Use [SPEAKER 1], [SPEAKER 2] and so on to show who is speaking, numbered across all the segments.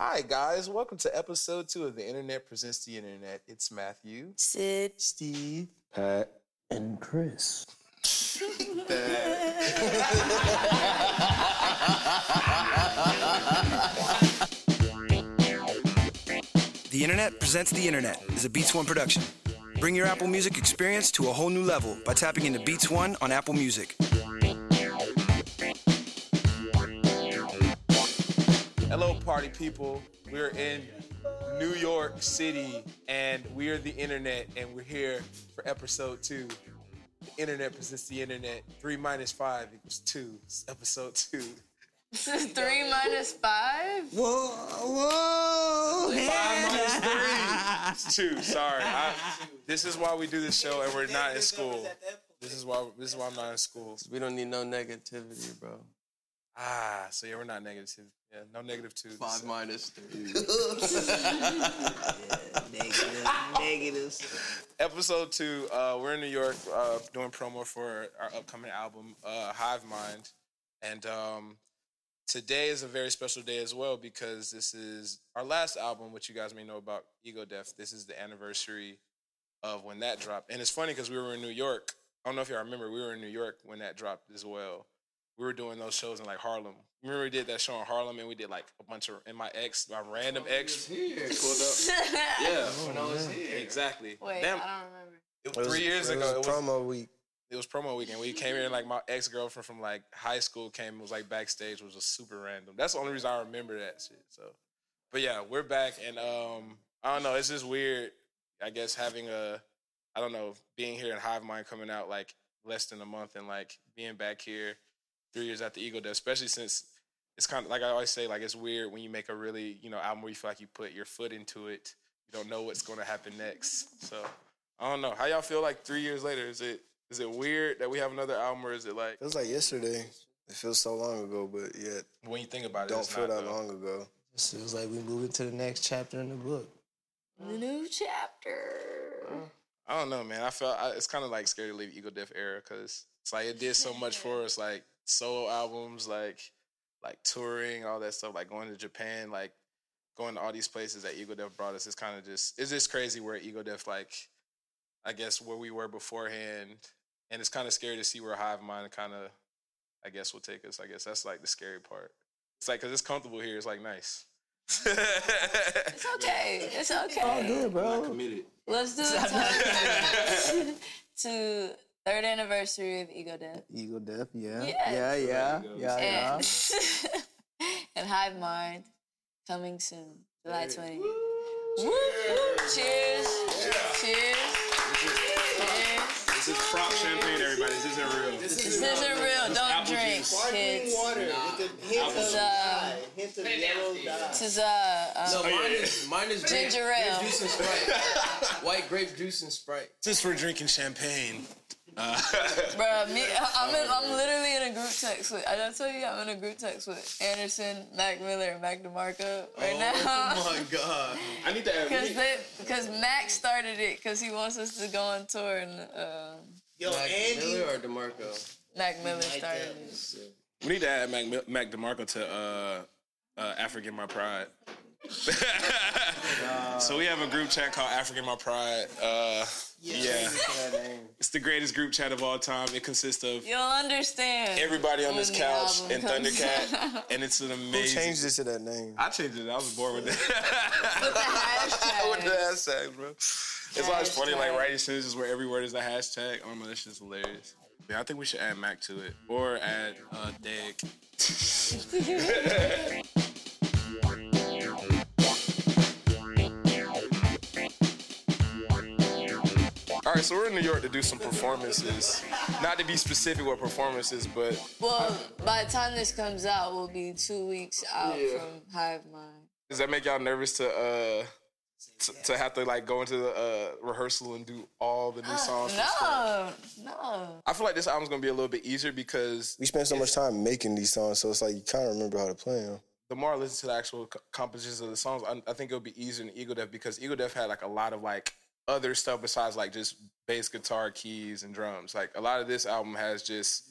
[SPEAKER 1] Hi, guys. Welcome to episode two of The Internet Presents the Internet. It's Matthew,
[SPEAKER 2] Sid.
[SPEAKER 1] Steve,
[SPEAKER 3] Pat, and Chris.
[SPEAKER 4] The Internet Presents the Internet is a Beats One production. Bring your Apple Music experience to a whole new level by tapping into Beats One on Apple Music.
[SPEAKER 1] Hello, party people. We're in New York City and we are the internet and we're here for episode two. The internet presents the internet. Three minus five equals two. It's episode two.
[SPEAKER 2] Three minus five?
[SPEAKER 5] Whoa, whoa,
[SPEAKER 1] Five minus three. It's two. Sorry. I- this is why we do this show and we're not in school. This is why this is why I'm not in school.
[SPEAKER 5] We don't need no negativity, bro.
[SPEAKER 1] Ah, so yeah, we're not negative. Yeah, no negative two.
[SPEAKER 5] Five minus three.
[SPEAKER 1] episode two. Uh, we're in New York uh, doing promo for our upcoming album, uh, Hive Mind, and um, today is a very special day as well because this is our last album, which you guys may know about, Ego Death. This is the anniversary of when that dropped, and it's funny because we were in New York. I don't know if y'all remember, we were in New York when that dropped as well. We were doing those shows in like Harlem. Remember we did that show in Harlem, and we did like a bunch of and my ex, my random ex. Yeah, when I was here. Exactly.
[SPEAKER 2] Wait,
[SPEAKER 1] Damn,
[SPEAKER 2] I don't remember.
[SPEAKER 1] it- three years ago, it was
[SPEAKER 3] promo week.
[SPEAKER 1] it was promo weekend. We came here and like my ex girlfriend from like high school came and was like backstage, which was super random. That's the only reason I remember that shit. So, but yeah, we're back and um, I don't know. It's just weird. I guess having a, I don't know, being here in Hive Mind coming out like less than a month and like being back here three years after Ego Death, especially since it's kind of like I always say, like it's weird when you make a really you know album where you feel like you put your foot into it. You don't know what's going to happen next. So I don't know how y'all feel like three years later. Is it is it weird that we have another album, or is it like
[SPEAKER 3] Feels like yesterday. It feels so long ago, but yeah,
[SPEAKER 1] when you think about it,
[SPEAKER 3] don't
[SPEAKER 1] it's
[SPEAKER 3] feel
[SPEAKER 1] not,
[SPEAKER 3] that
[SPEAKER 1] though.
[SPEAKER 3] long ago.
[SPEAKER 6] It feels like we move into the next chapter in the book.
[SPEAKER 2] The new chapter.
[SPEAKER 1] I don't know, man. I felt I, it's kind of like scary to leave Eagle Death era because it's like it did so much for us, like solo albums, like like touring, all that stuff, like going to Japan, like going to all these places that Eagle Death brought us. It's kind of just it's just crazy where Eagle Death, like I guess where we were beforehand, and it's kind of scary to see where Hive Mind kind of I guess will take us. I guess that's like the scary part. It's like because it's comfortable here. It's like nice.
[SPEAKER 2] It's okay. It's okay.
[SPEAKER 6] Yeah, bro.
[SPEAKER 2] Let's do it to, to third anniversary of Ego Death.
[SPEAKER 6] Eagle Death, yeah.
[SPEAKER 2] Yes.
[SPEAKER 6] Yeah, yeah. Yeah, yeah.
[SPEAKER 2] And, and Hive Mind coming soon. July 20. Woo! Cheers. Cheers. Cheers.
[SPEAKER 1] This is prop champagne, everybody. This isn't real.
[SPEAKER 2] This isn't real. Don't drink, kids. This is, uh, this is uh, uh,
[SPEAKER 5] No, mine is, mine is grape-
[SPEAKER 2] Ginger ale.
[SPEAKER 5] grape juice and Sprite. White grape juice and Sprite.
[SPEAKER 1] Just for drinking champagne.
[SPEAKER 2] bruh, me, I- I'm, in, I'm literally in a group text with, I did tell you I'm in a group text with Anderson, Mac Miller, and Mac DeMarco right now.
[SPEAKER 5] Oh my god.
[SPEAKER 1] I need to add.
[SPEAKER 2] Because they, because Mac started it, because he wants us to go on tour, and um
[SPEAKER 5] Yo, Mac Miller or DeMarco?
[SPEAKER 2] Mac Miller started it.
[SPEAKER 1] We need to add Mac, Mac DeMarco to uh, uh, African My Pride. so we have a group chat called African My Pride. Uh, yeah, it's the greatest group chat of all time. It consists of
[SPEAKER 2] You'll understand.
[SPEAKER 1] everybody on
[SPEAKER 2] When
[SPEAKER 1] this
[SPEAKER 2] the
[SPEAKER 1] couch
[SPEAKER 2] album
[SPEAKER 1] and
[SPEAKER 2] comes
[SPEAKER 1] Thundercat, and it's an
[SPEAKER 3] Who
[SPEAKER 1] amazing.
[SPEAKER 3] changed this to that name?
[SPEAKER 1] I changed it. I was born with that.
[SPEAKER 2] With the
[SPEAKER 1] What the
[SPEAKER 2] hashtag.
[SPEAKER 1] hashtag, bro? It's always funny, like
[SPEAKER 2] Hashtag.
[SPEAKER 1] writing sentences where every word is a hashtag. Oh my, that's just hilarious. Yeah, I think we should add Mac to it or add uh, Dig. All right, so we're in New York to do some performances. Not to be specific what performances, but
[SPEAKER 2] Well, by the time this comes out, we'll be two weeks out
[SPEAKER 5] Yeah.
[SPEAKER 2] from Hive Mind.
[SPEAKER 1] does that make y'all nervous to uh to, to have to like go into the uh, rehearsal and do all the new songs? from scratch?
[SPEAKER 2] No, no.
[SPEAKER 1] I feel like this album's gonna be a little bit easier because
[SPEAKER 3] We spend so much time making these songs, so it's like you kind of remember how to play them.
[SPEAKER 1] the more I listen to the actual co- compositions of the songs, I, I think it'll be easier in Eagle Def because Eagle Def had like a lot of like other stuff besides like just bass guitar, keys, and drums. Like a lot of this album has just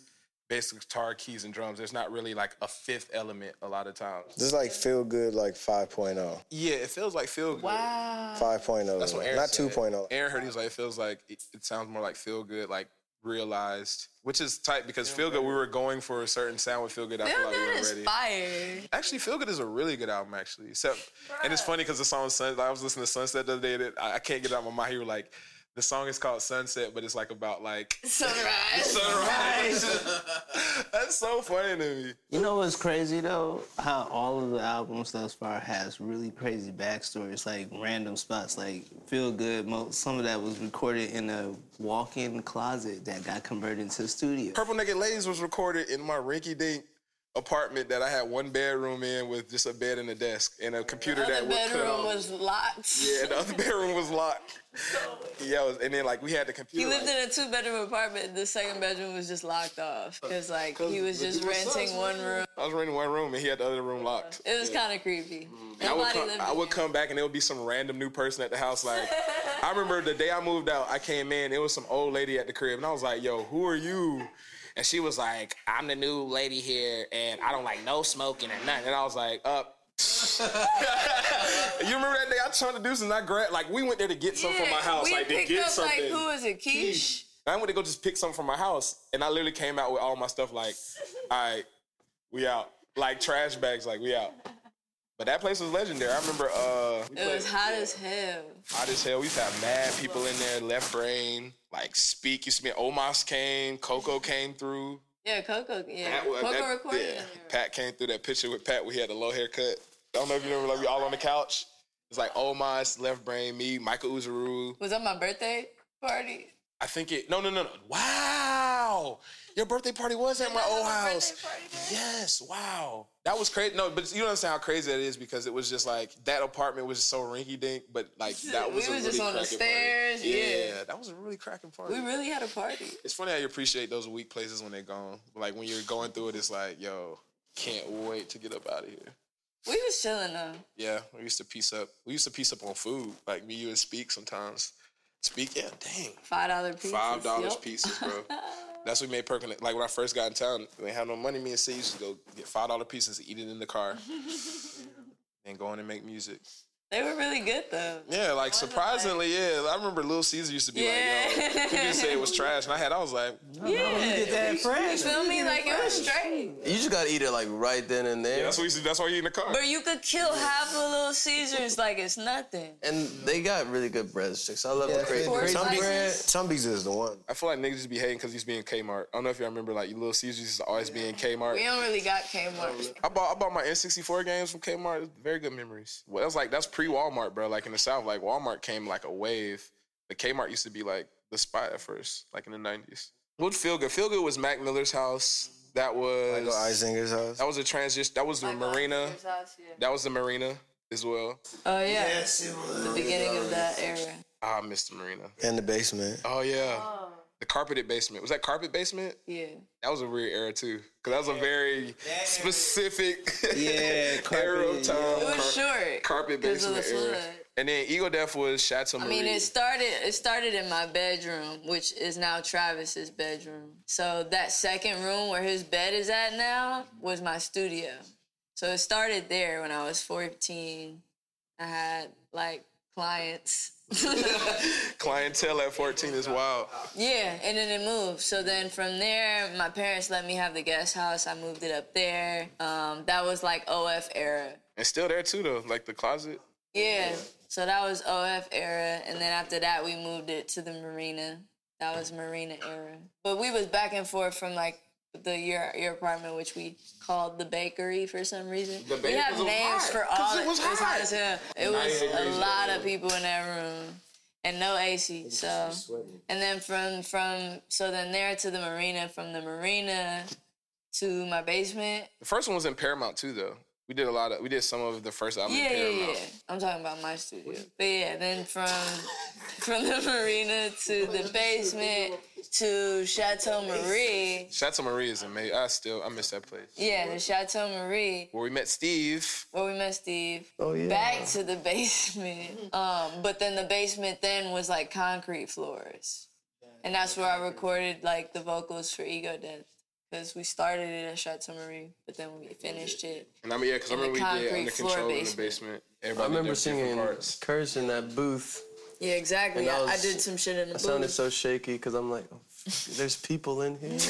[SPEAKER 1] basic guitar, keys, and drums. There's not really like a fifth element a lot of times.
[SPEAKER 3] This is like feel good, like oh. 5.0.
[SPEAKER 1] Yeah, it feels like feel good.
[SPEAKER 2] Wow.
[SPEAKER 3] 5.0.
[SPEAKER 1] That's what Aaron
[SPEAKER 3] oh. Not oh.
[SPEAKER 1] said.
[SPEAKER 3] 2.0.
[SPEAKER 1] Aaron heard he was like, it feels like it, it sounds more like feel good, like realized, which is tight because feel good. We were going for a certain sound with feel good. I feel
[SPEAKER 2] Feel
[SPEAKER 1] like we
[SPEAKER 2] good
[SPEAKER 1] were
[SPEAKER 2] is
[SPEAKER 1] ready.
[SPEAKER 2] fire.
[SPEAKER 1] Actually, Feel Good is a really good album, actually. Except, and it's funny because the song Sun. I was listening to Sunset the other day, and I, I can't get it out of my mind. You were like, the song is called Sunset, but it's like about like
[SPEAKER 2] Sunrise.
[SPEAKER 1] sunrise. That's so funny to me.
[SPEAKER 6] You know what's crazy though? How all of the albums thus far has really crazy backstories, like random spots, like feel good. Mo- Some of that was recorded in a walk-in closet that got converted into a studio.
[SPEAKER 1] Purple Naked Ladies was recorded in my rinky-dink apartment that I had one bedroom in with just a bed and a desk and a computer
[SPEAKER 2] The
[SPEAKER 1] that
[SPEAKER 2] other
[SPEAKER 1] would cut
[SPEAKER 2] bedroom
[SPEAKER 1] off.
[SPEAKER 2] was locked.
[SPEAKER 1] yeah, the other bedroom was locked. yeah, it was- and then like we had the
[SPEAKER 2] He
[SPEAKER 1] computer.
[SPEAKER 2] lived
[SPEAKER 1] like-
[SPEAKER 2] in a two bedroom apartment. The second bedroom was just locked off
[SPEAKER 1] Uh,
[SPEAKER 2] because like he was just renting one room.
[SPEAKER 1] I was renting one room, and he had the other room locked.
[SPEAKER 2] It was kind of creepy.
[SPEAKER 1] Mm-hmm. I would,
[SPEAKER 2] Nobody
[SPEAKER 1] come,
[SPEAKER 2] lived.
[SPEAKER 1] I
[SPEAKER 2] in
[SPEAKER 1] would come back and there would be some random new person at the house. Like, I remember the day I moved out, I came in, it was some old lady at the crib, and I was like, yo, who are you? And she was like, I'm the new lady here, and I don't like no smoking or nothing. And I was like, up. you remember that day I turned to do and I grabbed, like, we went there to get something
[SPEAKER 2] Yeah,
[SPEAKER 1] from my house.
[SPEAKER 2] We
[SPEAKER 1] like, to
[SPEAKER 2] picked
[SPEAKER 1] get
[SPEAKER 2] up
[SPEAKER 1] something.
[SPEAKER 2] like who is it? Keish.
[SPEAKER 1] I went to go just pick something from my house, and I literally came out with all my stuff like, all right, we out. Like trash bags, like we out. But that place was legendary. I remember uh we
[SPEAKER 2] It
[SPEAKER 1] played
[SPEAKER 2] was hot as hell.
[SPEAKER 1] hot as hell. We had mad people in there, left brain, like speak used to be Omos came, Coco came through.
[SPEAKER 2] Yeah, Coco. Yeah,
[SPEAKER 1] Pat was-
[SPEAKER 2] Coco
[SPEAKER 1] that-
[SPEAKER 2] recorded.
[SPEAKER 1] yeah.
[SPEAKER 2] in there.
[SPEAKER 1] Pat came through that picture with Pat. We had a low haircut. I don't know if you remember, like we all on the couch. It's like Omos, Left Brain, me, Michael Uzuru.
[SPEAKER 2] Was that my birthday party?
[SPEAKER 1] I think it. No, no, no, no. Wow, your birthday party was at my old house. Yes, wow. That was crazy. No, but you don't understand how crazy that is because it was just like that apartment was so rinky dink, but like that
[SPEAKER 2] We
[SPEAKER 1] was a
[SPEAKER 2] was
[SPEAKER 1] really
[SPEAKER 2] just on the
[SPEAKER 1] cracking
[SPEAKER 2] stairs,
[SPEAKER 1] Party.
[SPEAKER 2] yeah.
[SPEAKER 1] that was a really cracking party.
[SPEAKER 2] We really had a party.
[SPEAKER 1] it's funny how you appreciate those weak places when they're gone. Like when you're going through it, it's like, yo, can't wait to get up out of here.
[SPEAKER 2] We was chilling though.
[SPEAKER 1] Yeah, we used to piece up. We used to piece up on food. Like me, you, and Speak sometimes. Speak, yeah, dang.
[SPEAKER 2] Five dollar pieces.
[SPEAKER 1] Five dollars
[SPEAKER 2] yup.
[SPEAKER 1] pieces, bro. That's what made Perkins. Like when I first got in town, we didn't have no money. Me and C used to go get five dollar pieces, eat it in the car, and go in and make music.
[SPEAKER 2] They were really good though.
[SPEAKER 1] Yeah, like surprisingly, yeah. I remember Little Caesar used to be like, "Yo,"
[SPEAKER 2] Yeah.
[SPEAKER 1] people used to say it was trash, and I had, I was like,
[SPEAKER 2] Yeah.
[SPEAKER 6] that
[SPEAKER 2] You feel me? Like it was straight.
[SPEAKER 5] You just gotta eat it like right then and there.
[SPEAKER 1] "That's what we used to, that's why you in the car."
[SPEAKER 2] But you could kill half of Little Caesars like it's nothing.
[SPEAKER 5] and they got really good breadsticks. I love
[SPEAKER 3] Yeah,
[SPEAKER 5] the crazy
[SPEAKER 3] four oh.
[SPEAKER 5] bread.
[SPEAKER 2] slices.
[SPEAKER 5] bread.
[SPEAKER 3] Tumbies is the one.
[SPEAKER 1] I feel like niggas just be hating because he's being Kmart. I don't know if y'all remember, like Little Caesars used to always be in Kmart.
[SPEAKER 2] We don't really got Kmart.
[SPEAKER 1] I bought I bought my N64 games from Kmart. Very good memories. Well, that's like that's pre Walmart, bro. Like in the South, like Walmart came like a wave. The Kmart used to be like the spot at first, like in the nineties. What feel good? Feel good was Mac Miller's house. That was
[SPEAKER 3] Michael Eisinger's house.
[SPEAKER 1] that was a transition. That was the marina. That was the marina as well.
[SPEAKER 2] Oh yeah. The beginning of that era.
[SPEAKER 1] Ah, I missed the marina.
[SPEAKER 3] In the basement.
[SPEAKER 1] Oh yeah. The carpeted basement. Was that carpet basement?
[SPEAKER 2] Yeah.
[SPEAKER 1] That was a weird era too. Cause that was a very specific
[SPEAKER 6] Yeah,
[SPEAKER 1] era of
[SPEAKER 6] carpeted,
[SPEAKER 1] time.
[SPEAKER 2] It
[SPEAKER 1] Car-
[SPEAKER 2] was short.
[SPEAKER 1] carpet
[SPEAKER 2] 'cause of
[SPEAKER 1] basement
[SPEAKER 2] the
[SPEAKER 1] era.
[SPEAKER 2] flood.
[SPEAKER 1] And then Eagle Death was Chateau Marie.
[SPEAKER 2] I mean, it started. It started in my bedroom, which is now Travis's bedroom. So that second room where his bed is at now was my studio. So it started there when I was 14. I had like clients.
[SPEAKER 1] clientele at 14 is wild.
[SPEAKER 2] Yeah, and then it moved. So then from there, my parents let me have the guest house. I moved it up there. Um, that was like OF era.
[SPEAKER 1] And still there too though, like the closet.
[SPEAKER 2] Yeah. So that was OF era, and then after that, we moved it to the marina. That was marina era. But we was back and forth from like the your your apartment, which we called the bakery for some reason.
[SPEAKER 1] The
[SPEAKER 2] we
[SPEAKER 1] bakery
[SPEAKER 2] have
[SPEAKER 1] was
[SPEAKER 2] names
[SPEAKER 1] hot,
[SPEAKER 2] for
[SPEAKER 1] 'cause
[SPEAKER 2] all.
[SPEAKER 1] it was hot.
[SPEAKER 2] as hell. It was
[SPEAKER 1] Ninety
[SPEAKER 2] a
[SPEAKER 1] degrees
[SPEAKER 2] lot of people in that room, and no AC. So, and then from from so then there to the marina, from the marina to my basement.
[SPEAKER 1] The first one was in Paramount too though. We did a lot of we did some of the first album in
[SPEAKER 2] Yeah, yeah,
[SPEAKER 1] Paramount.
[SPEAKER 2] yeah. I'm talking about my studio. But yeah, then from from the marina to the basement to Chateau Marie.
[SPEAKER 1] Chateau Marie is amazing. I still I miss that place.
[SPEAKER 2] Yeah, the Chateau Marie
[SPEAKER 1] Where we met Steve.
[SPEAKER 2] where we met Steve. Oh yeah. Back to the
[SPEAKER 5] Mm-hmm.
[SPEAKER 2] basement. Um, but then the basement then was like concrete floors, and that's where I recorded like the vocals for Ego Death. because we started it at Chateau Marie, but then we finished it.
[SPEAKER 1] And I mean, yeah, because I
[SPEAKER 2] And the
[SPEAKER 1] remember we did
[SPEAKER 2] concrete
[SPEAKER 1] under
[SPEAKER 2] floor
[SPEAKER 1] control in the
[SPEAKER 2] basement.
[SPEAKER 1] basement.
[SPEAKER 5] I
[SPEAKER 1] Everybody did
[SPEAKER 5] remember
[SPEAKER 1] different
[SPEAKER 5] singing
[SPEAKER 1] parts.
[SPEAKER 5] "Curse" in that booth.
[SPEAKER 2] Yeah, exactly.
[SPEAKER 5] And I
[SPEAKER 2] I, I
[SPEAKER 5] was-
[SPEAKER 2] did some shit in the
[SPEAKER 5] I
[SPEAKER 2] booth.
[SPEAKER 5] sounded so shaky because I'm like, "There's people in here."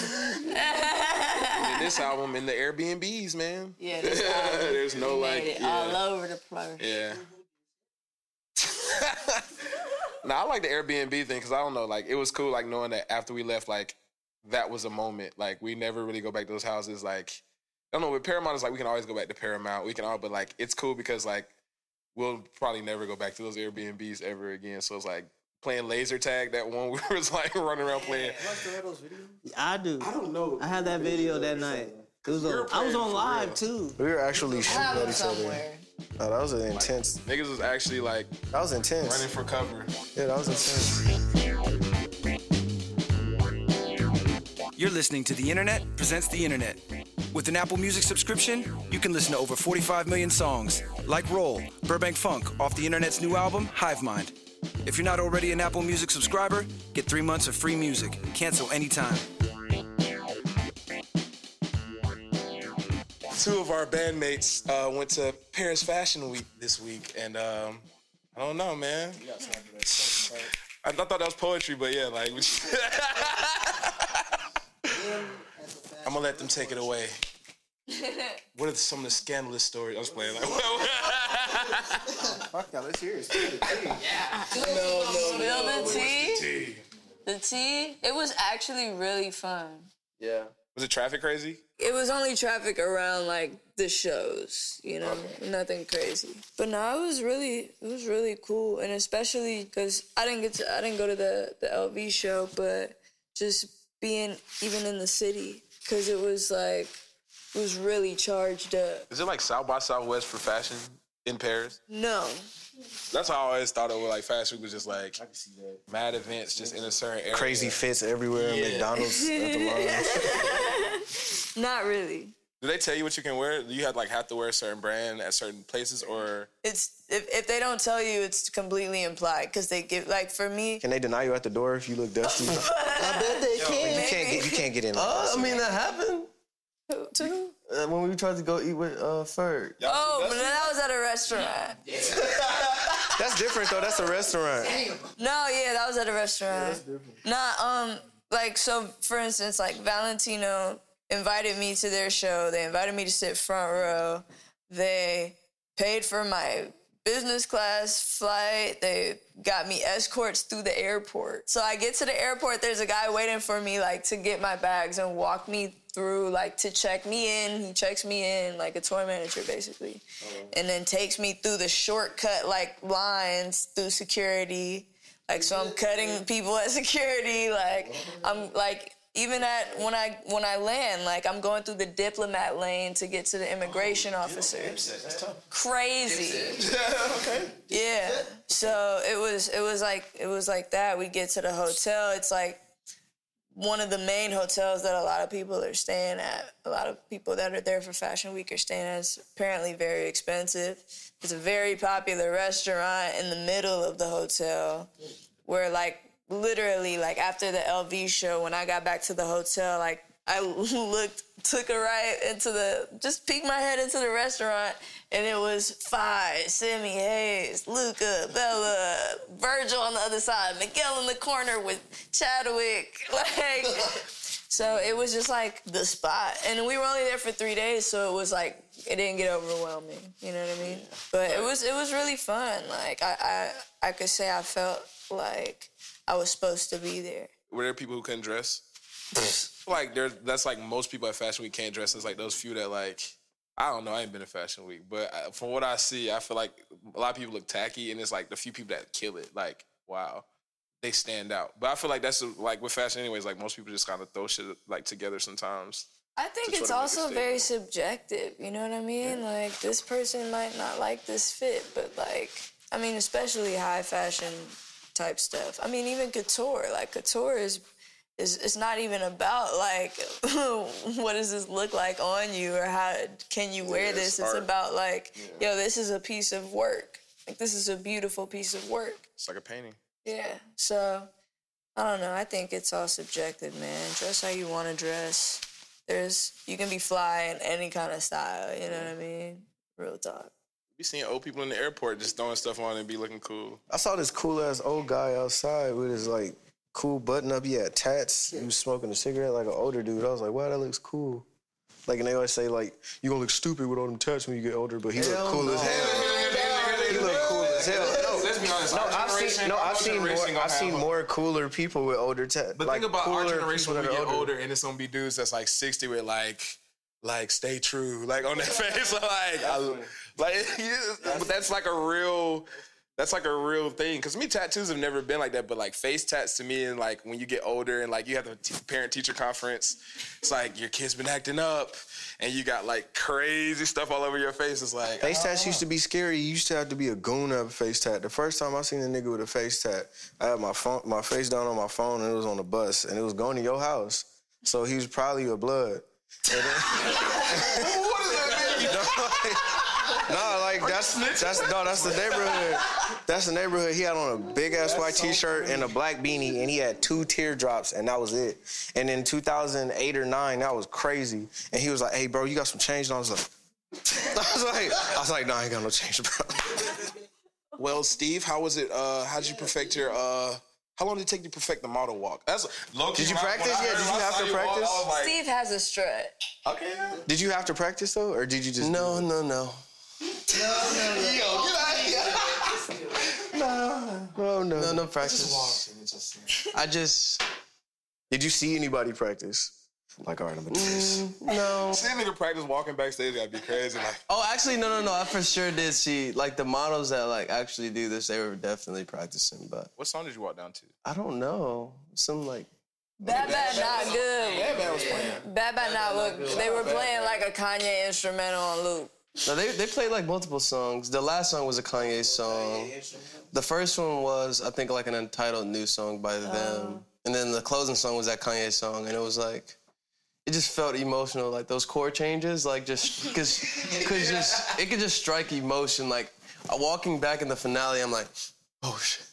[SPEAKER 1] And this album in the Airbnbs, man.
[SPEAKER 2] yeah, that's how
[SPEAKER 1] There's no
[SPEAKER 2] we
[SPEAKER 1] like,
[SPEAKER 2] made it all
[SPEAKER 1] yeah.
[SPEAKER 2] over the place.
[SPEAKER 1] yeah. now I like the Airbnb thing because I don't know, like it was cool, like knowing that after we left, like that was a moment. Like we never really go back to those houses. Like I don't know, with Paramount, it's like we can always go back to Paramount. We can all, but like it's cool because like we'll probably never go back to those Airbnbs ever again. So it's like playing laser tag that one we was like running around playing.
[SPEAKER 6] I do. I don't know. I had that video that night. It was on, I was
[SPEAKER 1] playing
[SPEAKER 6] on
[SPEAKER 1] for
[SPEAKER 6] live
[SPEAKER 1] real.
[SPEAKER 6] too.
[SPEAKER 3] We were actually shooting
[SPEAKER 2] I
[SPEAKER 3] at
[SPEAKER 2] was
[SPEAKER 3] each other.
[SPEAKER 2] somewhere.
[SPEAKER 3] No, Oh, that was an intense.
[SPEAKER 1] Niggas was actually like
[SPEAKER 3] That was
[SPEAKER 1] running
[SPEAKER 3] intense.
[SPEAKER 1] for cover.
[SPEAKER 3] Yeah, that was intense.
[SPEAKER 4] You're listening to The Internet Presents The Internet. With an Apple Music subscription, you can listen to over 45 million songs, like Roll, Burbank Funk, off the Internet's new album, Hive Mind. If you're not already an Apple Music subscriber, get three months of free music. Cancel anytime.
[SPEAKER 1] two of our bandmates uh, went to Paris Fashion Week this week, and um, I don't know, man. I, I thought that was poetry, but yeah, like. we- I'm gonna let them take it away. What are some of the scandalous stories? I was playing like.
[SPEAKER 3] Fuck that, let's hear it.
[SPEAKER 2] Spill the tea. The tea. It was actually really fun.
[SPEAKER 5] Yeah.
[SPEAKER 1] was it traffic crazy?
[SPEAKER 2] It was only traffic around like the shows, you know, nothing crazy. But no, it was really, it was really cool, and especially because I didn't get to, I didn't go to the the LV show, but just being even in the city, because it was like, it was really charged up.
[SPEAKER 1] Is it like South by Southwest for fashion in Paris?
[SPEAKER 2] No,
[SPEAKER 1] That's how I always thought it was. Like fashion week was just like mad events, just in a certain area.
[SPEAKER 3] Crazy fits everywhere. McDonald's at the line.
[SPEAKER 2] not really.
[SPEAKER 1] Do they tell you what you can wear? Do you have like have to wear a certain brand at certain places, or
[SPEAKER 2] It's if, if they don't tell you, it's completely implied because they give like for me.
[SPEAKER 3] Can they deny you at the door if you look dusty? I bet they can. You can't get. You can't get in. Like
[SPEAKER 5] Uh,
[SPEAKER 3] that.
[SPEAKER 5] I mean, that happened
[SPEAKER 2] Who- To who?
[SPEAKER 5] uh, when we tried to go eat with uh, Ferg.
[SPEAKER 2] Oh, but that was at a restaurant.
[SPEAKER 3] That's different though. That's a restaurant.
[SPEAKER 2] No, yeah, that was at a restaurant. Nah, um, like so for instance, like Valentino invited me to their show. They invited me to sit front row. They paid for my business class flight. They got me escorts through the airport. So I get to the airport, there's a guy waiting for me like to get my bags and walk me through like to check me in. He checks me in like a tour manager basically. And then takes me through the shortcut like lines through security. Like so I'm cutting people at security. Like I'm like even at when I when I land, like I'm going through the diplomat lane to get to the immigration officers. Crazy. Yeah. So it was it was like it was like that. We get to the hotel. It's like one of the main hotels that a lot of people are staying at. A lot of people that are there for Fashion Week are staying at. It's apparently very expensive. It's a very popular restaurant in the middle of the hotel where like literally like after the LV show when I got back to the hotel like I looked took a right into the just peeked my head into the restaurant and it was Fi, Sammy Hayes, Luca, Bella, Virgil on the other side, Miguel in the corner with Chadwick like so it was just like the spot and we were only there for 3 days so it was like it didn't get overwhelming, you know what I mean? But it was it was really fun. Like I I I could say I felt like I was supposed to be there.
[SPEAKER 1] were there people who couldn't dress? like there's that's like most people at Fashion Week can't dress. It's like those few that like I don't know. I ain't been to Fashion Week, but uh, from what I see, I feel like a lot of people look tacky, and it's like the few people that kill it. Like wow, they stand out. But I feel like that's uh, like with fashion, anyways. Like most people just kind of throw shit like together sometimes.
[SPEAKER 2] I think
[SPEAKER 1] Just
[SPEAKER 2] it's
[SPEAKER 1] wanna make a
[SPEAKER 2] also very subjective. You know what I mean? Like this person might not like this fit, but like I mean, especially high fashion type stuff. I mean, even couture. Like couture is. is It's not even about like what does this look like on you or how can you wear
[SPEAKER 1] it's
[SPEAKER 2] this. It's
[SPEAKER 1] art.
[SPEAKER 2] about like yo, this is a piece of work. Like this is a beautiful piece of work.
[SPEAKER 1] It's like a painting.
[SPEAKER 2] Yeah. So I don't know. I think it's all subjective, man. Dress how you want to dress. There's you can be fly in any kind of style. You know what I mean? Real talk.
[SPEAKER 1] We seen old people in the airport just throwing stuff on and be looking cool.
[SPEAKER 3] I saw this cool ass old guy outside with his like cool button up. He had tats. He was smoking a cigarette like an older dude. I was like, wow, that looks cool. Like, and they always say like, you gonna look stupid with all them tats when you get older, but he looked cool as hell. He looked cool as hell. No,
[SPEAKER 1] Let's be honest.
[SPEAKER 3] No,
[SPEAKER 1] our
[SPEAKER 3] I've seen
[SPEAKER 1] generation-
[SPEAKER 3] no,
[SPEAKER 1] our
[SPEAKER 3] I've seen
[SPEAKER 1] generation
[SPEAKER 3] more.
[SPEAKER 1] gonna
[SPEAKER 3] I've seen
[SPEAKER 1] have a-
[SPEAKER 3] more cooler people with older tats.
[SPEAKER 1] But think about our generation when we get older.
[SPEAKER 3] older.
[SPEAKER 1] and it's gonna be dudes that's like sixty with like like stay true like on their face like I, like yeah, but that's like a real that's like a real thing because me tattoos have never been like that but like face tats to me and like when you get older and like you have the t- parent teacher conference it's like your kid's been acting up and you got like crazy stuff all over your face it's like
[SPEAKER 3] Face tats used to be scary. You used to have to be a goon up face tat. The first time I seen a nigga with a face tat, I had my phone, my face down on my phone, and it was on the bus, and it was going to your house. So he was probably a blood. And then, No, like that's that's no, that's the neighborhood. That's the neighborhood. He had on a big ass white t-shirt and a black beanie, and he had two teardrops, and that was it. And in 2008 or nine, that was crazy. And he was like, "Hey, bro, you got some change?" And I was like, "I was like, I was like, no, I ain't got no change, bro."
[SPEAKER 1] Well, Steve, how was it? Uh, how did you perfect your? Uh, how long did it take you to perfect the model walk? That's low
[SPEAKER 3] Did you practice? Yeah, did you have to practice?
[SPEAKER 2] Steve has a strut.
[SPEAKER 1] okay.
[SPEAKER 3] Did you have to practice though, or did you just?
[SPEAKER 5] No, Oh, no, no.
[SPEAKER 3] no, no.
[SPEAKER 5] No, no practice. I just
[SPEAKER 3] Did you see anybody practice? Like, all right, I'm gonna do this.
[SPEAKER 5] no.
[SPEAKER 1] See a nigga practice walking backstage, gotta be crazy. Like,
[SPEAKER 5] Oh, actually, no, no, no. I for sure did see like the models that like actually do this. They were definitely practicing, but
[SPEAKER 1] what song did you walk down to?
[SPEAKER 5] I don't know. Some like
[SPEAKER 2] Bad Bad Not Good.
[SPEAKER 1] Bad was playing.
[SPEAKER 2] Bad Bad Not Look. They were playing like a Kanye instrumental on loop.
[SPEAKER 5] no, they they played like multiple songs. The last song was a Kanye song. The first one was I think like an untitled new song by
[SPEAKER 3] Oh.
[SPEAKER 5] them, and then the closing song was that Kanye song, and it was like. It just felt emotional, like those chord changes, like just because, because just it could just strike emotion. Like uh, walking back in the finale, I'm like, oh shit,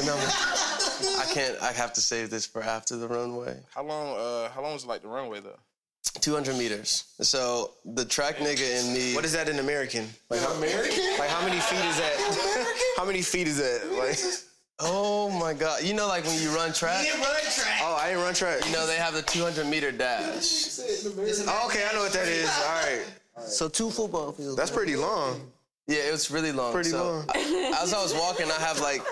[SPEAKER 5] and I'm like, I can't, I have to save this for after the runway.
[SPEAKER 1] How long? Uh, how long was like the runway though?
[SPEAKER 5] 200 meters. So the track nigga in me.
[SPEAKER 3] What is that in American? Like, how, like how many feet is that? how many feet is that? Like,
[SPEAKER 5] Oh my god! You know, like when you run track,
[SPEAKER 3] oh, I didn't run track.
[SPEAKER 5] you know they have the 200 meter dash.
[SPEAKER 3] Oh, okay, I know what that is. All right,
[SPEAKER 6] So two football fields.
[SPEAKER 3] that's pretty long.
[SPEAKER 5] Yeah, it was really long.
[SPEAKER 3] Pretty
[SPEAKER 5] So,
[SPEAKER 3] long.
[SPEAKER 5] I- as I was walking, I have like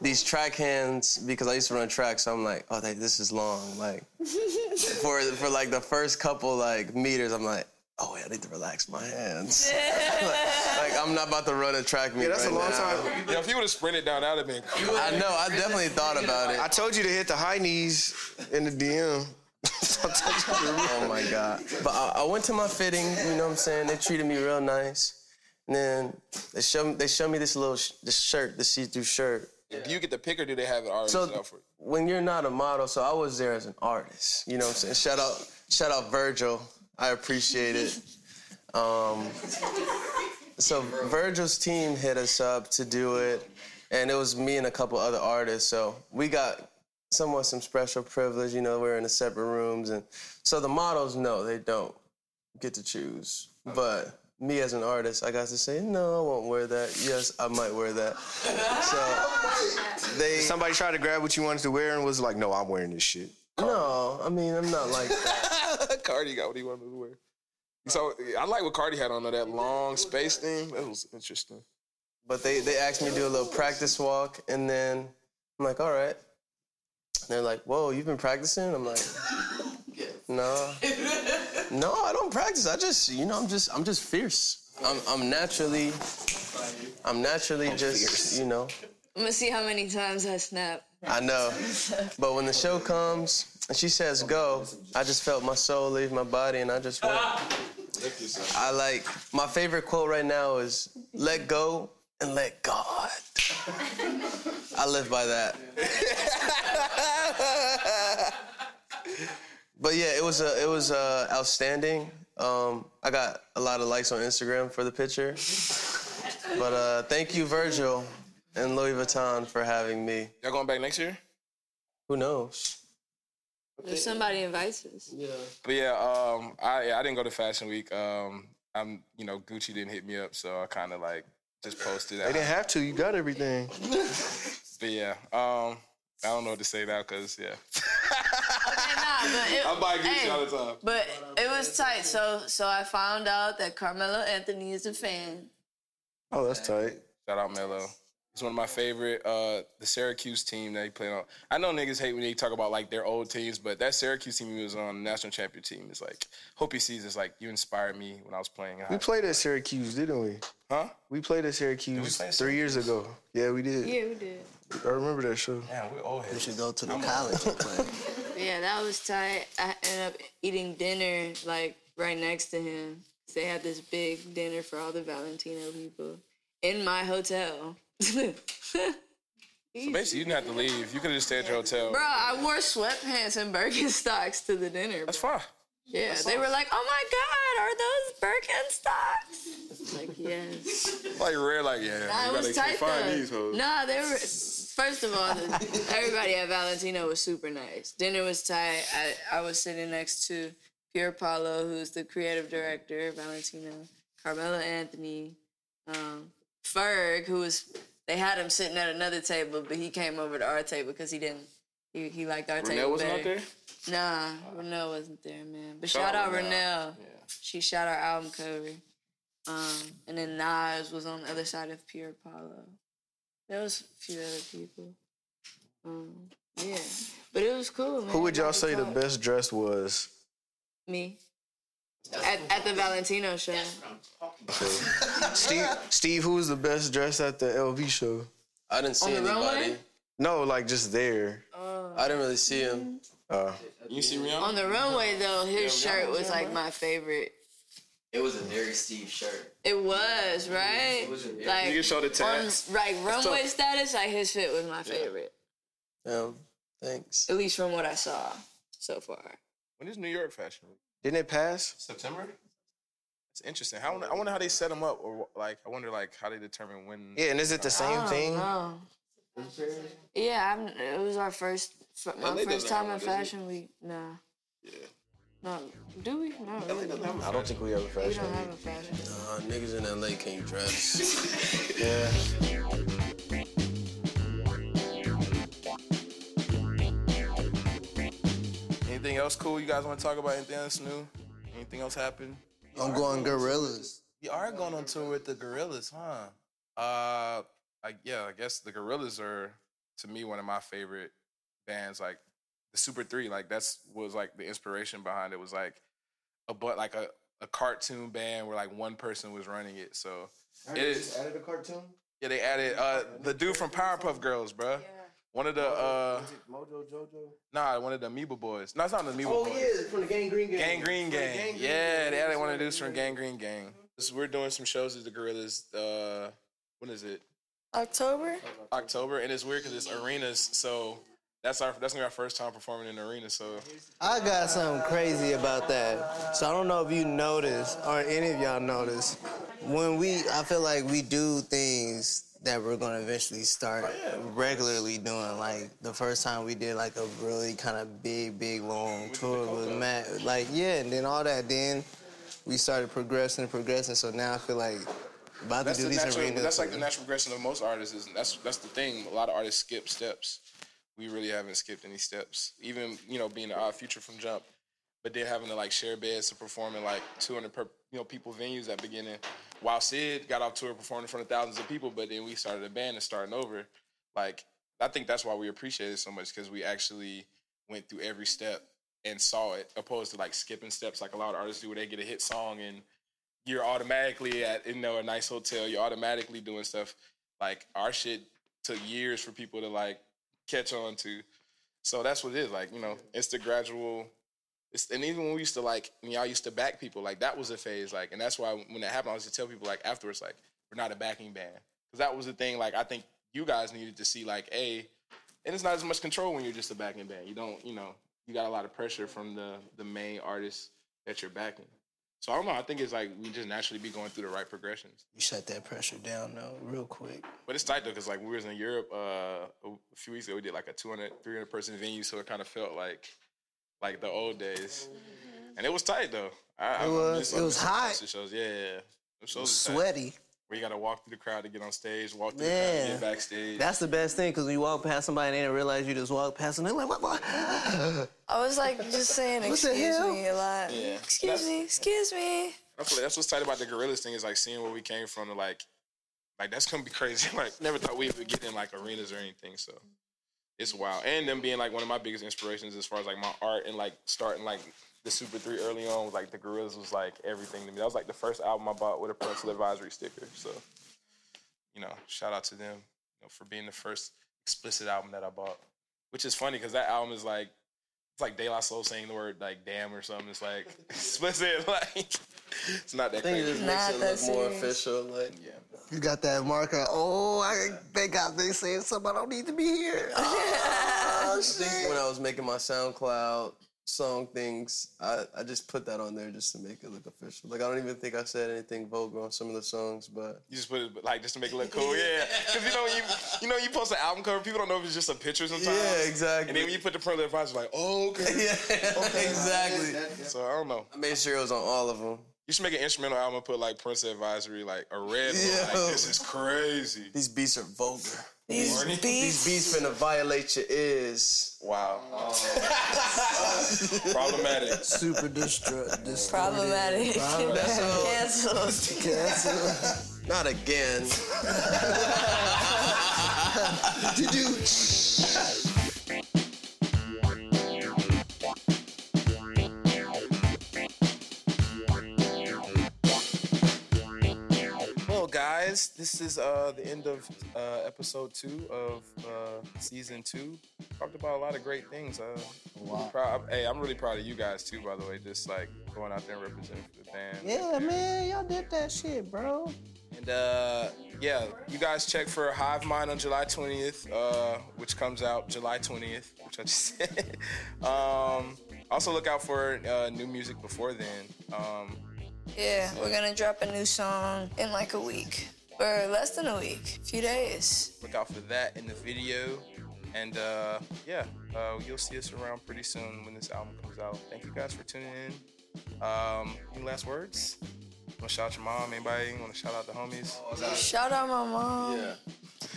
[SPEAKER 5] these track hands because I used to run track, so I'm like, oh, they, this is long. Like for for like the first couple like meters, I'm like. Oh, wait, I need to relax my hands. like, I'm not about to run a track
[SPEAKER 3] Yeah,
[SPEAKER 5] meet.
[SPEAKER 3] that's
[SPEAKER 5] right
[SPEAKER 3] a long
[SPEAKER 5] now.
[SPEAKER 3] time.
[SPEAKER 1] Yeah, if he would have sprinted down, that'd have been. Cool.
[SPEAKER 5] I know. I definitely thought about it.
[SPEAKER 3] I told you to hit the high knees in the DM.
[SPEAKER 5] Oh my god! But I, I went to my fitting. You know what I'm saying? They treated me real nice. And then they show me, they show me this little sh- this shirt, this see-through shirt.
[SPEAKER 1] Do you get the pick or do they have it already
[SPEAKER 5] So
[SPEAKER 1] set up for you?
[SPEAKER 5] when you're not a model, so I was there as an artist. You know what I'm saying? Shout out, shout out Virgil. I appreciate it. Um, so Virgil's team hit us up to do it, and it was me and a couple other artists. So we got somewhat some special privilege. You know, we are in the separate rooms, and so the models no, they don't get to choose, but. Me as an artist, I got to say no. I won't wear that. Yes, I might wear that. So they
[SPEAKER 3] Somebody tried to grab what you wanted to wear and was like, "No, I'm wearing this shit."
[SPEAKER 5] no, I mean I'm not like that.
[SPEAKER 1] Cardi got what he wanted to wear. So I like what Cardi had on though, that long space thing. That was interesting.
[SPEAKER 5] But they they asked me to do a little practice walk, and then I'm like, all right. And they're like, whoa, you've been practicing? I'm like, no, no, I don't practice. I just, you know, I'm just I'm just fierce. I'm I'm naturally, I'm naturally just, you know,
[SPEAKER 2] I'm gonna see how many times I snap.
[SPEAKER 5] I know. But when the show comes and she says go, I just felt my soul leave my body and I just went. I like my favorite quote right now is let go and let God. I live by that. but yeah, it was a, it was uh outstanding. Um, I got a lot of likes on Instagram for the picture. But uh, thank you, Virgil and Louis Vuitton, for having me.
[SPEAKER 1] Y'all going back next year?
[SPEAKER 5] Who knows?
[SPEAKER 2] If somebody invites us.
[SPEAKER 1] But yeah, um, I yeah, I didn't go to Fashion Week. Um, I'm you know Gucci didn't hit me up, so I kind of like just posted.
[SPEAKER 3] They
[SPEAKER 1] out.
[SPEAKER 3] didn't have to. You got everything.
[SPEAKER 1] But yeah, um, I don't know what to say now because yeah,
[SPEAKER 2] Okay, nah, but it,
[SPEAKER 1] I buy Gucci
[SPEAKER 2] hey,
[SPEAKER 1] all the time.
[SPEAKER 2] But it was tight. So so I found out that Carmelo Anthony is a fan.
[SPEAKER 3] Oh, that's tight.
[SPEAKER 1] Shout out Melo. He's one of my favorite. Uh, the Syracuse team that he played on. I know niggas hate when they talk about like their old teams, but that Syracuse team he was on, the national champion team, is like hope he sees. It's like you inspired me when I was playing. in
[SPEAKER 3] We
[SPEAKER 1] high-
[SPEAKER 3] played at Syracuse, didn't we?
[SPEAKER 1] Huh?
[SPEAKER 3] We played at Syracuse
[SPEAKER 1] we play at
[SPEAKER 3] three years ago. Yeah, we did.
[SPEAKER 2] we did.
[SPEAKER 3] I remember that show.
[SPEAKER 1] Damn, we old heads.
[SPEAKER 6] should go to the college. and play.
[SPEAKER 2] Yeah, that was tight. I ended up eating dinner like right next to him. They had this big dinner for all the Valentino people in my hotel.
[SPEAKER 1] Basically, you didn't have to leave. You could have just stayed at your hotel.
[SPEAKER 2] Bro, I wore sweatpants and Birkenstocks to the dinner.
[SPEAKER 1] That's fine.
[SPEAKER 2] Yeah, they were like, "Oh my God, are those Birkenstocks?" Like, yes.
[SPEAKER 1] Like rare, like yeah.
[SPEAKER 2] Nah,
[SPEAKER 1] you
[SPEAKER 2] it
[SPEAKER 1] gotta
[SPEAKER 2] was tight
[SPEAKER 1] find
[SPEAKER 2] though.
[SPEAKER 1] these hoes.
[SPEAKER 2] Nah, they were. First of all, the, everybody at Valentino was super nice. Dinner was tight. I, I was sitting next to Pierre Paolo, who's the creative director of Valentino, Carmelo Anthony, um, Ferg, who was. They had him sitting at another table, but he came over to our table because he didn't. He, he liked our
[SPEAKER 1] Renee
[SPEAKER 2] table
[SPEAKER 1] wasn't
[SPEAKER 2] better.
[SPEAKER 1] out there.
[SPEAKER 2] Nah, Renelle wasn't there, man. But
[SPEAKER 1] Shout
[SPEAKER 2] shout
[SPEAKER 1] out
[SPEAKER 2] out
[SPEAKER 1] Renelle.
[SPEAKER 2] Renelle. She shot our album cover. Um, and then Nas was on the other side of Pierre Paulo. There was a few other people. Um, yeah. But it was cool, man.
[SPEAKER 3] Who would y'all
[SPEAKER 2] Like,
[SPEAKER 3] say the
[SPEAKER 2] fuck.
[SPEAKER 3] best dressed was?
[SPEAKER 2] Me. At, at the Valentino show.
[SPEAKER 3] Steve, Steve, who was the best dressed at the LV show?
[SPEAKER 5] I didn't see
[SPEAKER 2] On the runway?
[SPEAKER 5] anybody.
[SPEAKER 3] No, like just there.
[SPEAKER 5] I didn't really see him.
[SPEAKER 3] Uh,
[SPEAKER 1] You see Rihanna?
[SPEAKER 2] On the runway though, his shirt was like my favorite.
[SPEAKER 7] It was a very Steve shirt.
[SPEAKER 2] It was, right? Like
[SPEAKER 1] show the
[SPEAKER 2] on like runway status, like his fit was my favorite.
[SPEAKER 5] Um, thanks.
[SPEAKER 2] At least from what I saw so far.
[SPEAKER 1] When is New York Fashion Week?
[SPEAKER 3] didn't it pass?
[SPEAKER 1] September. It's interesting. How I wonder how they set them up, or like I wonder like how they determine when.
[SPEAKER 3] Yeah, and is it the same
[SPEAKER 2] Oh,
[SPEAKER 3] thing?
[SPEAKER 2] no. Yeah, I'm, it was our first, f- my
[SPEAKER 1] LA
[SPEAKER 2] first
[SPEAKER 1] doesn't have
[SPEAKER 2] time
[SPEAKER 1] one,
[SPEAKER 2] at
[SPEAKER 1] does it?
[SPEAKER 2] Fashion Week. Nah. Yeah. No, do we? No, really. we don't
[SPEAKER 3] I don't think we ever fashion.
[SPEAKER 2] have a fashion. Week.
[SPEAKER 5] Uh, niggas in LA can't dress.
[SPEAKER 1] Anything else cool you guys want to talk about? Anything else new? Anything else happen?
[SPEAKER 7] I'm going gorillas.
[SPEAKER 1] You are going on tour with the Gorillas, huh? Uh, I, yeah, I guess the Gorillas are to me one of my favorite bands. Like the Super Three, like that's was like the inspiration behind it was like a but like a, a cartoon band where like one person was running it. So it is
[SPEAKER 3] added a cartoon.
[SPEAKER 1] yeah, they added uh the dude from Powerpuff Girls, bruh. One of the uh
[SPEAKER 3] Oh, Mojo Jojo.
[SPEAKER 1] nah, one of the Amoeba Boys. No, it's not the Amoeba Boys.
[SPEAKER 3] Oh, from the Gang Green Gang.
[SPEAKER 1] Gang Green Gang. yeah, they added one of dudes from Gang Green Gang. So we're doing some shows at the Gorillas. Uh, when is it?
[SPEAKER 2] October?
[SPEAKER 1] October, and it's weird because it's arenas. So that's our that's gonna be our first time performing in an arena. So
[SPEAKER 6] I got something crazy about that. So I don't know if you noticed or any of y'all noticed. When we, I feel like we do things that we're gonna eventually start regularly doing. Like the first time we did like a really kind of big, big long tour with Matt. Like yeah, and then all that. Then we started progressing and progressing. So now I feel like about
[SPEAKER 1] that's
[SPEAKER 6] to do
[SPEAKER 1] the
[SPEAKER 6] these
[SPEAKER 1] natural.
[SPEAKER 6] arenas.
[SPEAKER 1] That's like the natural progression of most artists. Is that's that's the thing. A lot of artists skip steps. We really haven't skipped any steps. Even you know being the odd future from jump, but then having to like share beds and perform in like 200 per, you know people venues at beginning. While Sid got off tour performing in front of thousands of people, but then we started a band and starting over. Like I think that's why we appreciate it so much because we actually went through every step and saw it, opposed to like skipping steps like a lot of artists do where they get a hit song and you're automatically at you know a nice hotel. You're automatically doing stuff like our shit took years for people to like catch on to. So that's what it is. Like you know, it's the gradual. It's, and even when we used to like, when y'all used to back people, like that was a phase. Like, and that's why when that happened, I used to tell people like afterwards, like we're not a backing band because that was the thing. Like I think you guys needed to see like a, and it's not as much control when you're just a backing band. You don't, you know, you got a lot of pressure from the the main artist that you're backing. So I don't know. I think it's like we just naturally be going through the right progressions.
[SPEAKER 6] You shut that pressure down though, real quick.
[SPEAKER 1] But it's tight though, because like we was in Europe uh, a few weeks ago, we did like a 200, 300 person venue, so it kind of felt like like the old days, and it was tight though. I,
[SPEAKER 8] It
[SPEAKER 1] I
[SPEAKER 8] was-
[SPEAKER 1] miss-
[SPEAKER 8] it was
[SPEAKER 1] miss those
[SPEAKER 8] hot.
[SPEAKER 1] types of Shows, yeah, yeah, yeah. Those Shows is tight.
[SPEAKER 8] Sweaty.
[SPEAKER 1] Where you gotta walk through the crowd to get on stage, walk through the crowd
[SPEAKER 6] Yeah.
[SPEAKER 1] to get backstage.
[SPEAKER 6] That's the best thing because you walk past somebody and they don't realize you just walked past them. They're like, what? what?
[SPEAKER 9] I was like just saying
[SPEAKER 6] What the
[SPEAKER 9] excuse
[SPEAKER 6] hell?
[SPEAKER 9] me a lot.
[SPEAKER 1] Yeah.
[SPEAKER 9] Excuse me, excuse me.
[SPEAKER 1] I feel like that's what's tight about the gorillas thing is like seeing where we came from and like, like that's gonna be crazy. like never thought we would get in like arenas or anything. So it's wild. And them being like one of my biggest inspirations as far as like my art and like starting like the Super Three early on was like the gorillas was like everything to me. That was like the first album I bought with a parental advisory sticker. So you know, shout out to them you know, for being the first explicit album that I bought. Which is funny because that album is like it's like De La Soul saying the word like damn or something. It's like explicit, like it's not that
[SPEAKER 5] I think it
[SPEAKER 1] crazy.
[SPEAKER 5] just
[SPEAKER 9] Not
[SPEAKER 5] makes
[SPEAKER 9] that
[SPEAKER 5] it look more
[SPEAKER 9] serious.
[SPEAKER 5] official. Like,
[SPEAKER 8] You got that marker. Oh, I, they got they saying something. I don't need to be here.
[SPEAKER 5] I think when I was making my SoundCloud Oh, song things, I, I just put that on there just to make it look official. Like I don't even think I said anything vulgar on some of the songs, but
[SPEAKER 1] You just put it like just to make it look cool, yeah. Because you know when you you know you post an album cover, people don't know if it's just a picture sometimes.
[SPEAKER 5] yeah, exactly.
[SPEAKER 1] And then when you put the parental advisory, like oh okay.
[SPEAKER 5] yeah, exactly.
[SPEAKER 1] So I don't know.
[SPEAKER 5] I made sure it was on all of them.
[SPEAKER 1] You should make an instrumental album and put like Prince Advisory, like a red. Yeah.
[SPEAKER 5] Yo.
[SPEAKER 1] Like, this is crazy.
[SPEAKER 5] These beats are vulgar.
[SPEAKER 9] These
[SPEAKER 1] Barney?
[SPEAKER 5] These
[SPEAKER 9] beats.
[SPEAKER 5] beats finna violate your ears.
[SPEAKER 1] Wow. Problematic.
[SPEAKER 8] Super destruct. destructive.
[SPEAKER 9] Problematic. Cancelled.
[SPEAKER 8] Cancel.
[SPEAKER 5] Not again.
[SPEAKER 1] Well, guys, this is uh, the end of uh, episode two of uh, season two. Talked about a lot of great things. Uh, proud, hey, I'm really proud of you guys too, by the way. Just like going out there and representing for the band.
[SPEAKER 8] Yeah, man, y'all did that shit, bro.
[SPEAKER 1] And uh, yeah, you guys check for Hive Mind on July 20th, uh, which comes out July 20th, which I just said. um, also, look out for uh, new music before then. Um,
[SPEAKER 9] Yeah, we're gonna drop a new song in like a week. Or less than a week. A few days.
[SPEAKER 1] look out for that in the video. And uh, yeah, uh, you'll see us around pretty soon when this album comes out. Thank you guys for tuning in. Um, any last words? Want to shout out your mom? Anybody want to shout out the homies?
[SPEAKER 9] Shout out my mom.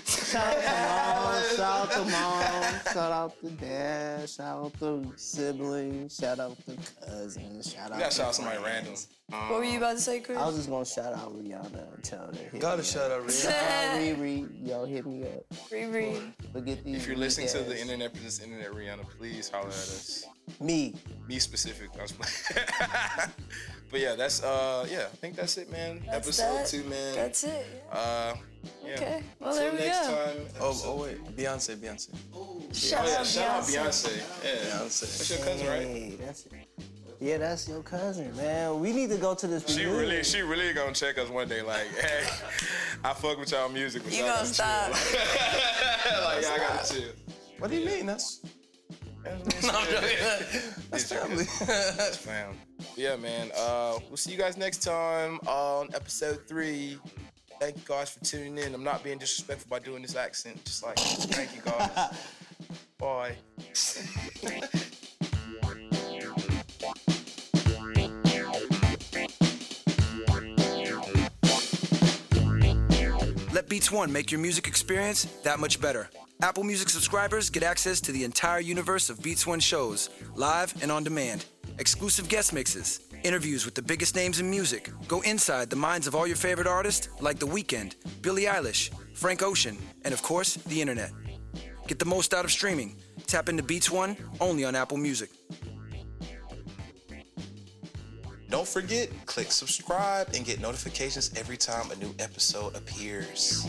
[SPEAKER 6] Shout out to mom, shout out to mom, shout out to dad, shout out to siblings, shout out to cousins, shout out.
[SPEAKER 1] you gotta
[SPEAKER 6] to
[SPEAKER 1] shout out somebody
[SPEAKER 6] friends.
[SPEAKER 1] random.
[SPEAKER 9] What were you about to say, Chris?
[SPEAKER 6] I was just gonna shout out Rihanna and tell her. to hit
[SPEAKER 5] Gotta
[SPEAKER 6] me
[SPEAKER 5] shout
[SPEAKER 6] up.
[SPEAKER 5] out. Rihanna.
[SPEAKER 6] Shout out Riri, yo, hit me up.
[SPEAKER 9] Riri.
[SPEAKER 6] But get these
[SPEAKER 1] If you're listening to the
[SPEAKER 6] weak-ass-
[SPEAKER 1] internet, this internet Rihanna, please holler at us.
[SPEAKER 6] me,
[SPEAKER 1] me specific. I was playing. but yeah, that's uh yeah, I think that's it, man.
[SPEAKER 9] That's
[SPEAKER 1] Episode
[SPEAKER 9] that.
[SPEAKER 1] two, man.
[SPEAKER 9] That's it. yeah.
[SPEAKER 1] uh yeah.
[SPEAKER 9] Okay. Well,
[SPEAKER 1] Till
[SPEAKER 9] there we
[SPEAKER 1] next
[SPEAKER 9] go.
[SPEAKER 1] time.
[SPEAKER 5] Oh, oh wait, Beyonce, Beyonce,
[SPEAKER 9] Shout
[SPEAKER 1] oh yeah,
[SPEAKER 9] out
[SPEAKER 1] shout out
[SPEAKER 9] Beyonce.
[SPEAKER 1] Beyonce. Yeah.
[SPEAKER 5] Beyonce.
[SPEAKER 1] That's your cousin, right?
[SPEAKER 6] hey, that's it. Yeah, that's your cousin, man. We need to go to this.
[SPEAKER 1] She
[SPEAKER 6] reunion.
[SPEAKER 1] really, she really gonna check us one day. Like, hey, I fuck with y'all music, but
[SPEAKER 9] You
[SPEAKER 1] y'all
[SPEAKER 9] gonna
[SPEAKER 1] gotta
[SPEAKER 9] stop.
[SPEAKER 1] chill. like, y'all gotta chill.
[SPEAKER 5] What do you mean? That's
[SPEAKER 1] That's family. That's fam. Yeah, man. Uh, we'll see you guys next time on episode three. Thank you guys for tuning in. I'm not being disrespectful by doing this accent. Just like, thank you guys. Bye.
[SPEAKER 4] Let Beats One make your music experience that much better. Apple Music subscribers get access to the entire universe of Beats One shows, live and on demand, exclusive guest mixes, interviews with the biggest names in music. Go inside the minds of all your favorite artists like The Weeknd, Billie Eilish, Frank Ocean, and of course, the internet. Get the most out of streaming. Tap into Beats One only on Apple Music.
[SPEAKER 10] Don't forget, click subscribe and get notifications every time a new episode appears.